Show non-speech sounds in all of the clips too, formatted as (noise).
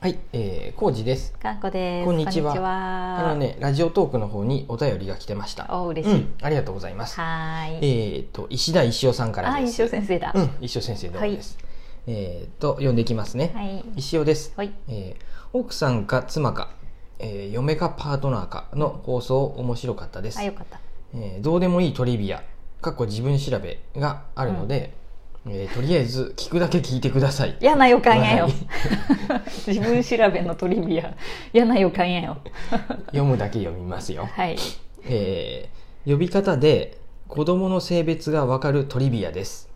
はい、えー、コウジです。かんこです。こんにちはこんにちはあの。ね、ラジオトークの方にお便りが来てました。お嬉うしい。ん、ありがとうございます。はーい。えっと、石田石尾さんからあ、です。石尾先生だ。うん、石尾先生どうもです。えっと、読んでいきますね。はい。石尾です。はい。えー奥さんか妻か、えー嫁かパートナーかの放送面白かったですあ、。よかった。えーどうでもいいトリビア、かっこ自分調べがあるので、えーとりあえず聞くだけ聞いてください。嫌な予感やよはい。 (laughs) 自分調べのトリビア。嫌な予感やよ。読むだけ読みますよ。はい。えー呼び方で子供の性別がわかるトリビアです。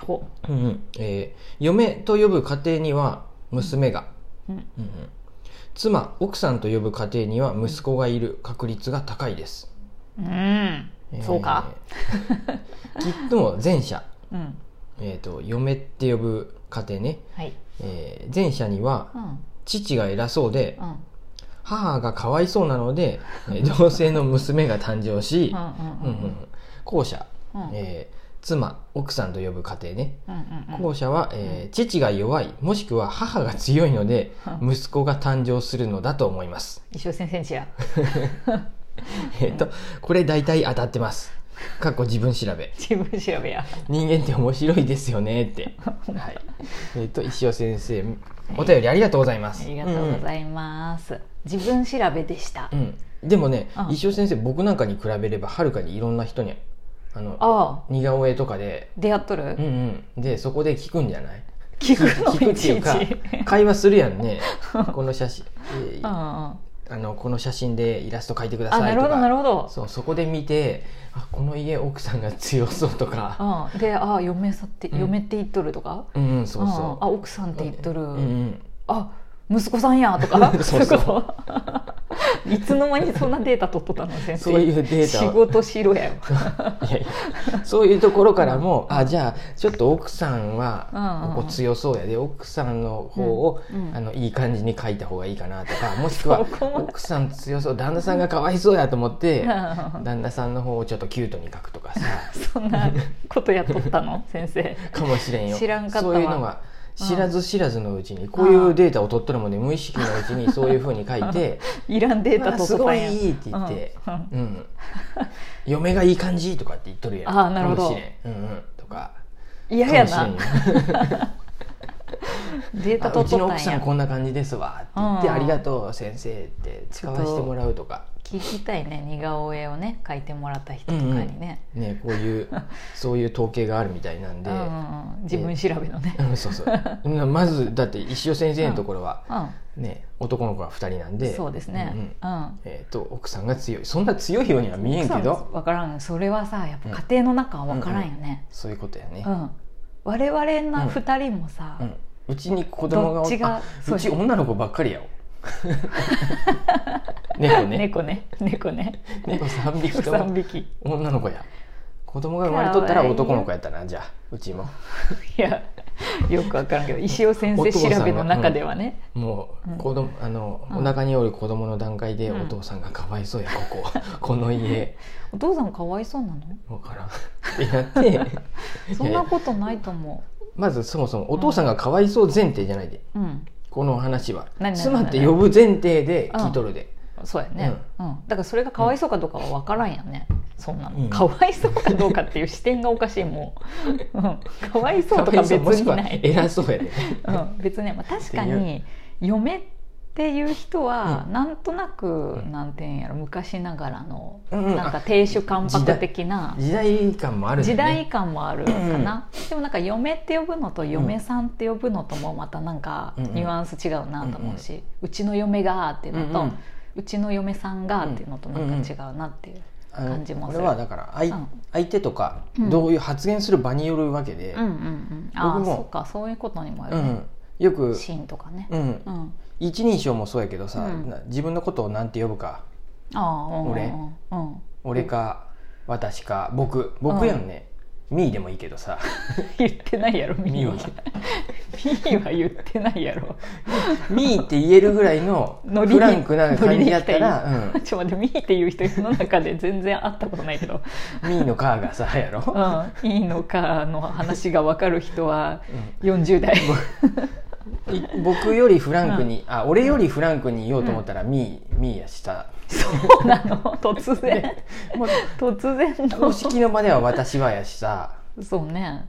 ほうんうんえー嫁と呼ぶ家庭には娘が、う。うん。うんうん妻、奥さんと呼ぶ家庭には息子がいる確率が高いです。うん。えーそうか。 (laughs) きっとも前者、うん。えーと、嫁って呼ぶ家庭ね、はい。えー前者にはうん。父が偉そうでうん。母がかわいそうなので、えー同性の娘が誕生し、うん。うんうんうん後者、うん。うん。えー妻奥さんと呼ぶ家庭ねうんうんうん。後者は、えー父が弱いもしくは母が強いのでうん息子が誕生するのだと思います、石尾先生んちや。えっとこれ大体当たってますかっこ自分調べ (laughs) 自分調べや。人間って面白いですよねって、はい、えっと石尾先生お便りありがとうございまあす、りがとうございます。自分調べでしたう。んうんでもね、うん石尾先生僕なんかに比べればはるかにいろんな人にあのああ。似顔絵とかで出会っとるうんうんでそこで聞くんじゃない聞くの聞くいっていちういかち。会話するやんねこの写真、えうーんうんうん。あのこの写真でイラスト描いてくださあいとかなるほどなるほどそうそこで見てあこの家奥さんが強そうとかうん、で「あ嫁さって、うん嫁って言っとる」とかうんうんそううんそあ奥さんって言っとる」う、うんうん、あ息子さんや」とか (laughs) そうそういうこと (laughs) いつの間にそんなデータ取っとったの先生そういうデータ仕事しろ (laughs) やよいやいやそういうところからも、あじゃあちょっと奥さんうんうはんここ強そうやで奥さんの方を、うんうんあのいい感じに描いた方がいいかなとかもしくはそこまで奥さん強そう旦那さんがかわいそうやと思ってうんうんうん旦那さんの方をちょっとキュートに描くとかさそんなことやっとったの先生かもしれんよ知らんかったわそういうのが知らず知らずのうちにこういうデータを取っとるもんで無意識のうち (laughs) にそういうふうに書いていら「んデーまあタ取っすとったごんいやいい」って言ってうんう「うん、嫁がいい感じ」とかって言っとるやんあーなるほどかもしれん、うんうん、とか嫌かやもしれんなよ (laughs) データあう取っちのと奥ったんさんやこんな感じですわって言って「うんありがとう先生」って使わせてもらうとか。聞きたいね似顔絵をね描いてもらった人とかにね、ね、こう (laughs) いうそういう統計があるみたいなんで、うんうんうん自分調べのね、うん、そうそうなまずだって石尾先生のところは、うんね、男の子が2人なんでそうですうんうんね。うん。えー、と奥さんが強いそんな強いようには見えんけど分からん。それはさ、やっぱ家庭の中は分からんよね。そういうことやねう、ん。我々の二人もさうん、うちに子供がおどっちがあうそうやち女の子ばっかりや (laughs) わ猫ね猫ね、猫ね、猫3匹と三匹。い女の子や子供が生まれとったら男の子やったなじゃあうちもや、よく分からんけど、石尾先生調べの中ではね。もううん子供、あのうんお腹におる子供の段階でうんお父さんがかわいそうやこここの家お父さんかわいそうなの？わからんってな (laughs) ってそんなことないと思まずそもそもお父さんがかわいそう前提じゃないでう。うん。この話は何妻何って呼ぶ前提で聞いとるで、そうやね。うん。だからそれがかわいそうかどうかは分からんやね。そんなうんの。かわいそうかどうかっていう視点がおかしいもう。うん。かわいそうとか別もしにくはない。偉そうやで、うん、別に、まあ、確かっていに嫁っていう人はうなんとなく、うんなんていうんやろ昔ながらのうんうん (laughs) なんか亭主関白的な時代感もあるよね時代感もあるかな、でもなんか嫁って呼ぶのと嫁さんって呼ぶのともまたなんかうんうんニュアンス違うなと思うし、うちの嫁がっていうのと、ううんうんちの嫁さんがっていうのとなんか違うなっていう。あの感じもこするれはだから相,、うん相手とかうんどういう発言する場によるわけで、うんうんうん、ああ僕もそうかそういうことにもようるね、んよく、シーンとかね、うん、うんあ一人称もそうやけどさ、うんな自分のことをなんて呼ぶかあうんうんうん俺うん、俺か、私か僕僕やんね、ミーでもいいけどさ (laughs) 言ってないやろミミーーははミーは言ってないやろミーって言えるぐらいのノリフランクな感じやったら、ノリで来ちょっと待ってミーっていう人世の中で全然会ったことないけどうん、ミーのカーがさやろ、うんいいのかの話が分かる人は40代い僕よりフランクに、あ俺よりフランクに言おうと思ったら、ミーミーやしたそうなの突然もう突然公式のの場では私はやしさそうね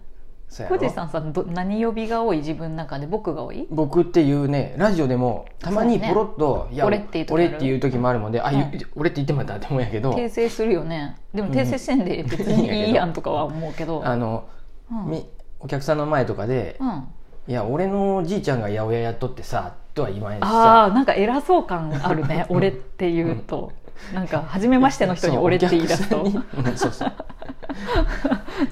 そうやろ富士山さんど何呼びが多い自分の中で僕が多い僕っていうねラジオでもたまにそうねポロッと「いや俺っていう時あ俺るっていう時もあるもんで「あ、うんゆ俺って言ってもらった」って思うんやけど訂正するよねでも訂正せんで別にいいやんとかは思うけどあの、うんみお客さんの前とかでうんあ「いや俺のじいちゃんが八百屋やっとってさ」とは言わないしあさーなんか偉そう感あ (laughs) るね俺って言うとなんか初めましての人にそう俺って言い出すとお客さんにうんそうそう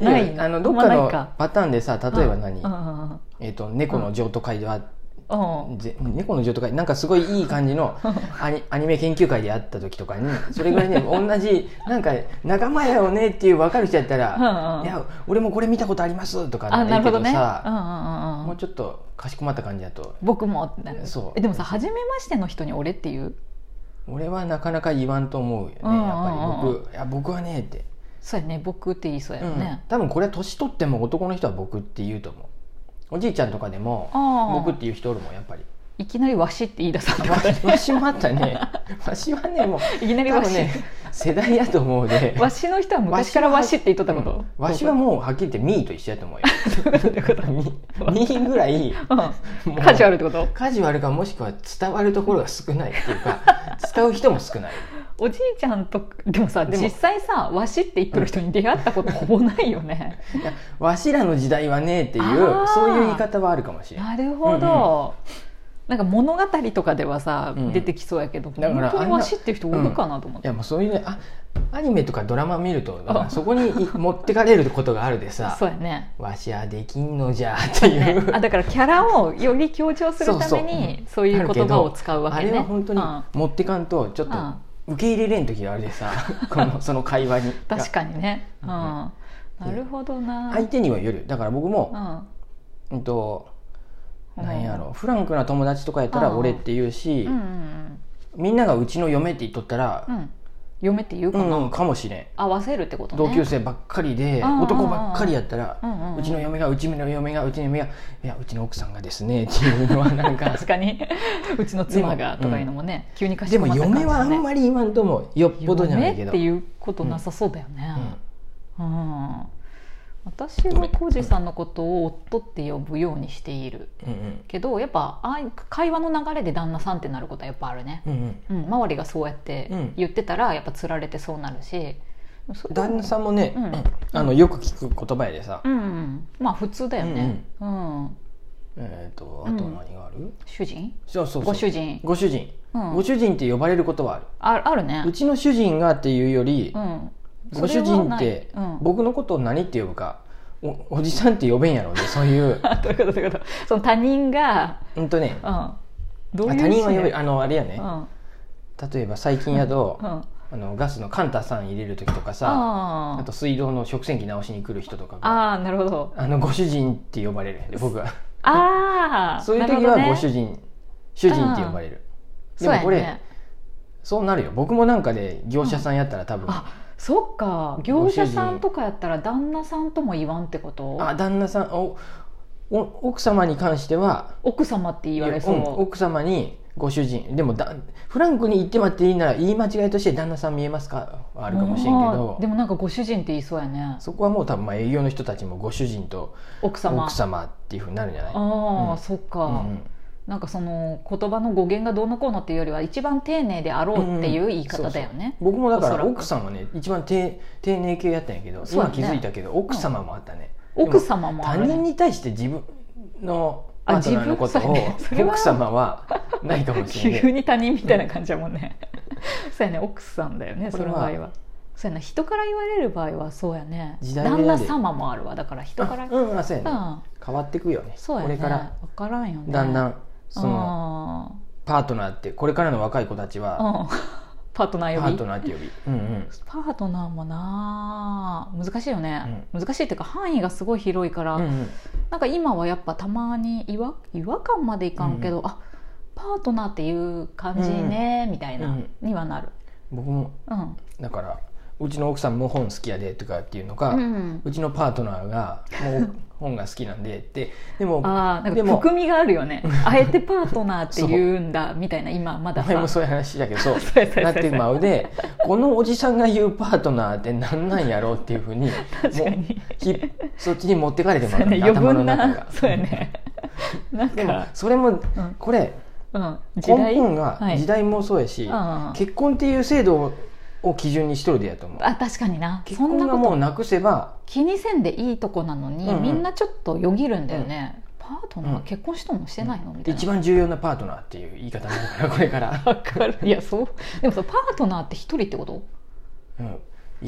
いや (laughs) ないあのどっかあんまのないかパターンでさ例えば何、うんえっと猫の譲渡会では、うんうんぜ猫の譲渡会なんかすごいいい感じ (laughs) のアニアニメ研究会で会った時とかにそれぐらいね同じなんか仲間やよねっていう分かる人やったらうんうんいや俺もこれ見たことあります」とかあならないいるほけどどねうさ、んうんうんもううんちょっとかしこまった感じだと僕もってなるそうえでもさ初めましての人に俺って言う俺はなかなか言わんと思うよねやっうんうんうんぱり僕「いや僕はね」って、そうやね僕って言いそうやうんね多分これは年取っても男の人は「僕」って言うと思うおじいちゃんとかでも「ああ僕」っていう人おるもんやっぱりいきなりわしって言い出されたわわしもあった (laughs) ねわしはねもういきなり多わ分しね世代やと思うでわしの人は昔からわしって言っとったこうんとわしはもうはっきり言ってミーと一緒やと思うよミーミーぐらいうんもうカジュアルってことカジュアルかもしくは伝わるところが少ないっていう (laughs) か使う人も少ないおじいちゃんとでもさでも実際さわしって言ってる人に出会ったことほぼないよねいやわしらの時代はねっていうあーそういう言い方はあるかもしれないなるほど、なんか物語とかではさ、うん出てきそうやけどだから本当にわしっていう人多いかなと思っいて、やもうそういうねあアニメとかドラマ見るとあそこに (laughs) い持ってかれることがあるでさそうやねわしはできんのじゃっていねう、あだからキャラをより強調するためにそういう言葉を使うわけねあれは本当にうん持ってかんとちょっとうん受け入れれん時があるで (laughs) さこのその会話に確かにね、うんうんなるほどな、相手にはよるだから僕も、うんとうんなんやろフランクな友達とかやったらうん俺って言うし、うんうんうんみんながうちの嫁って言っとったらうん、嫁って言ううかな、ん、うん、かもしれん合わせるってことね同級生ばっかりで、うんうんうん男ばっかりやったら、ううんうんうんちの嫁がうちの嫁がうちの嫁がいやうちの奥さんがですねっていうのはなんか (laughs) 確 (laughs) かにうちの妻がとかいうのもね、急にかしでこもまった感じ嫁はあだねんまり言わんともよっぽどじゃないけ嫁っどていうことなさそうだよね、うん私は嫁浩二さんのことを夫って呼ぶようにしているうんうんけどやっぱあい会話の流れで旦那さんってなることはやっぱあるね、うんうんうん、周りがそうやって言ってたらやっぱつられてそうなるし、それは旦那さんもね、うんあのよく聞く言葉やでさ、うんうん、まあ普通だよね、うんえっ、とあと何がある、主人そうそうそうご主人、ご主人、うん、ご主人って呼ばれることはある、ああるねうちの主人がっていうより、うん、ご主人ってそれはないうん、僕のことを何って呼ぶかおおじさんって呼べんやろ (laughs) うねそういうどういうことどういうことその他人が、うんとねうあん、どう他いう人は呼べるるあのあれやね、うん例えば最近やと、うん、ああのガスのカンタさん入れる時とかさああと水道の食洗機直しに来る人とかがあああなるほどのご主人って呼ばれる僕はああそういう時はご主人、主人って呼ばれるでもこれそう,、ね、そうなるよ僕もなんかで業者さんやったら多分、あそっか業者さんとかやったら旦那さんとも言わんってことあ旦那さんおお奥様に関しては奥様って言われそう、うん奥様にご主人でもだフランクに言ってもらっていいなら言い間違いとして旦那さん見えますかはあるかもしれんけあどーでもなんかご主人って言いそうやねそこはもう多分まあ営業の人たちもご主人と奥様奥様っていうふうになるんじゃないああ、うんそっうか、んうんなんかその言葉の語源がどうのこうのっていうよりは一番丁寧であろうっていう言い方だよね、僕もだかおそららく奥さんはね一番丁丁寧系やったんやけどそ今うだね気づいたけど奥様もあったね、奥様もあ他るね人に対して自分のあパートナーのこと自を分そうねそれは奥様はないかもしれない急に他人みたいな感じだもんねそうやね奥さんだよねそこれのは場合はそうやな人から言われる場合はそうやね時代によ旦り那様もあるわだから (laughs) 人からあうんあそうやね、うん変わってくよねそうやこねれから分からんよねだんだんそののパートナーってこれからの若い子たちうはん (laughs) パートナパー呼ーびトナーって呼び、うんうん、パートナーもなあ難しいよね、難しいっていうか範囲がすごい広いから、うんうんなんか今はやっぱたまに違和違和感までいかんけど、あパートナーっていう感じね、みたいな、うんにはなる僕もうんだからうちの奥さんも本好きやでとかっていうのか、う、うんちのパートナーがもう本が好きなんでってでもああなんでかも含みがあるよねあえてパートナーって言うんだみたいな今まだ前もさそういう話だけど (laughs) そうそうそうそうなってまうでこのおじさんが言うパートナーって何なんやろうっていうふうに確かにひそっちに持ってかれてそまうやう、ね余頭の分中なが。そうやねなんでもか、それもうんこれうん、時根代本がはい時代もそうやし、うんうん結婚っていう制度をを基準にしとるでやと思うあ確かにな結そん婚ながこもうとなくせば気にせんでいいとこなのに、うんうんみんなちょっとよぎるんだよね、パートナうーん結婚しとんのしてないの、みたいな一番重要なパートナーっていう言い方になる (laughs) からこれから、わかるいやそうでもさパートナーって一人ってことうん、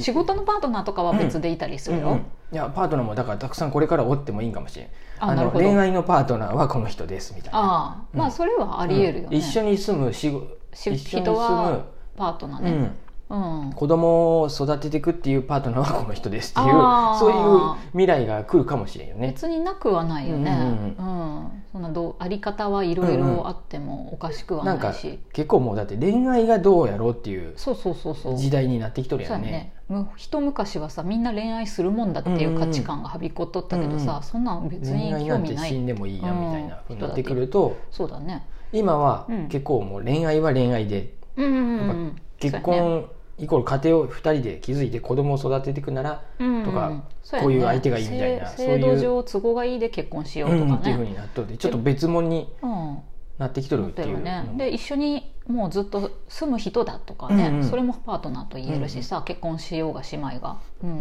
仕事のパートナーとかは別でいたりすうんるよ、うんいやパートナーもだからたくさんこれからおってもいいんかもしれんあなるのほど恋愛のパートナーはこの人ですみたいなああ、うんまあそれはありえるよね、うん一緒に住む仕事し一緒に住人はむ、パートナーうね、ん、うん子供を育てていくっていうパートナーはこの人ですっていうあーそういう未来が来るかもしれんよね別になくはないよね、ううんんうそんなどうあり方はいろいろあってもおかしくはなんなかいし、結構もうだって恋愛がどうやろうっていうそうそうそうそう時代になってきとるそうややんねね、む一昔はさみんな恋愛するもんだっていう価値観がはびこっとったけどうんさ、うんそんなん別に恋愛な興ん味てな死いんでもいいやみたいなふうになってくるとそうだね今はうん結構もう恋愛は恋愛でうんうんうんうん結そうやね婚イコール家庭を2人で築いて子供を育てていくならうんうんとかそやねこういう相手がいいみたいなせそうい制う度上都合がいいで結婚しようとうんかっていうふうねになっとってちょっと別物にうんなってきとるってだいよう。ねうんで一緒にもうずっと住む人だとかね、うんうんそれもパートナーと言えるしさ、結婚しようが姉妹が、ううんん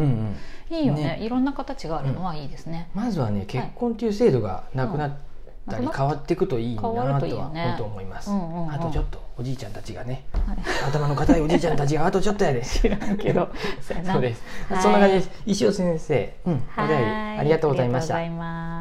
うんいいよねねいろんな形があるのはいいですね、まずはね結婚っていう制度がなくなったりうん変わっていくといいなと変わはるといいよね本当思いますうんうんうんあとちょっとおじいちゃんたちがねはい頭の固いおじいちゃんた (laughs) ちがあとちょっとやで知らん (laughs) けどそうやなそうですはいそんな感じです石尾先生うんお便りはいありがとうございましたありがとうございます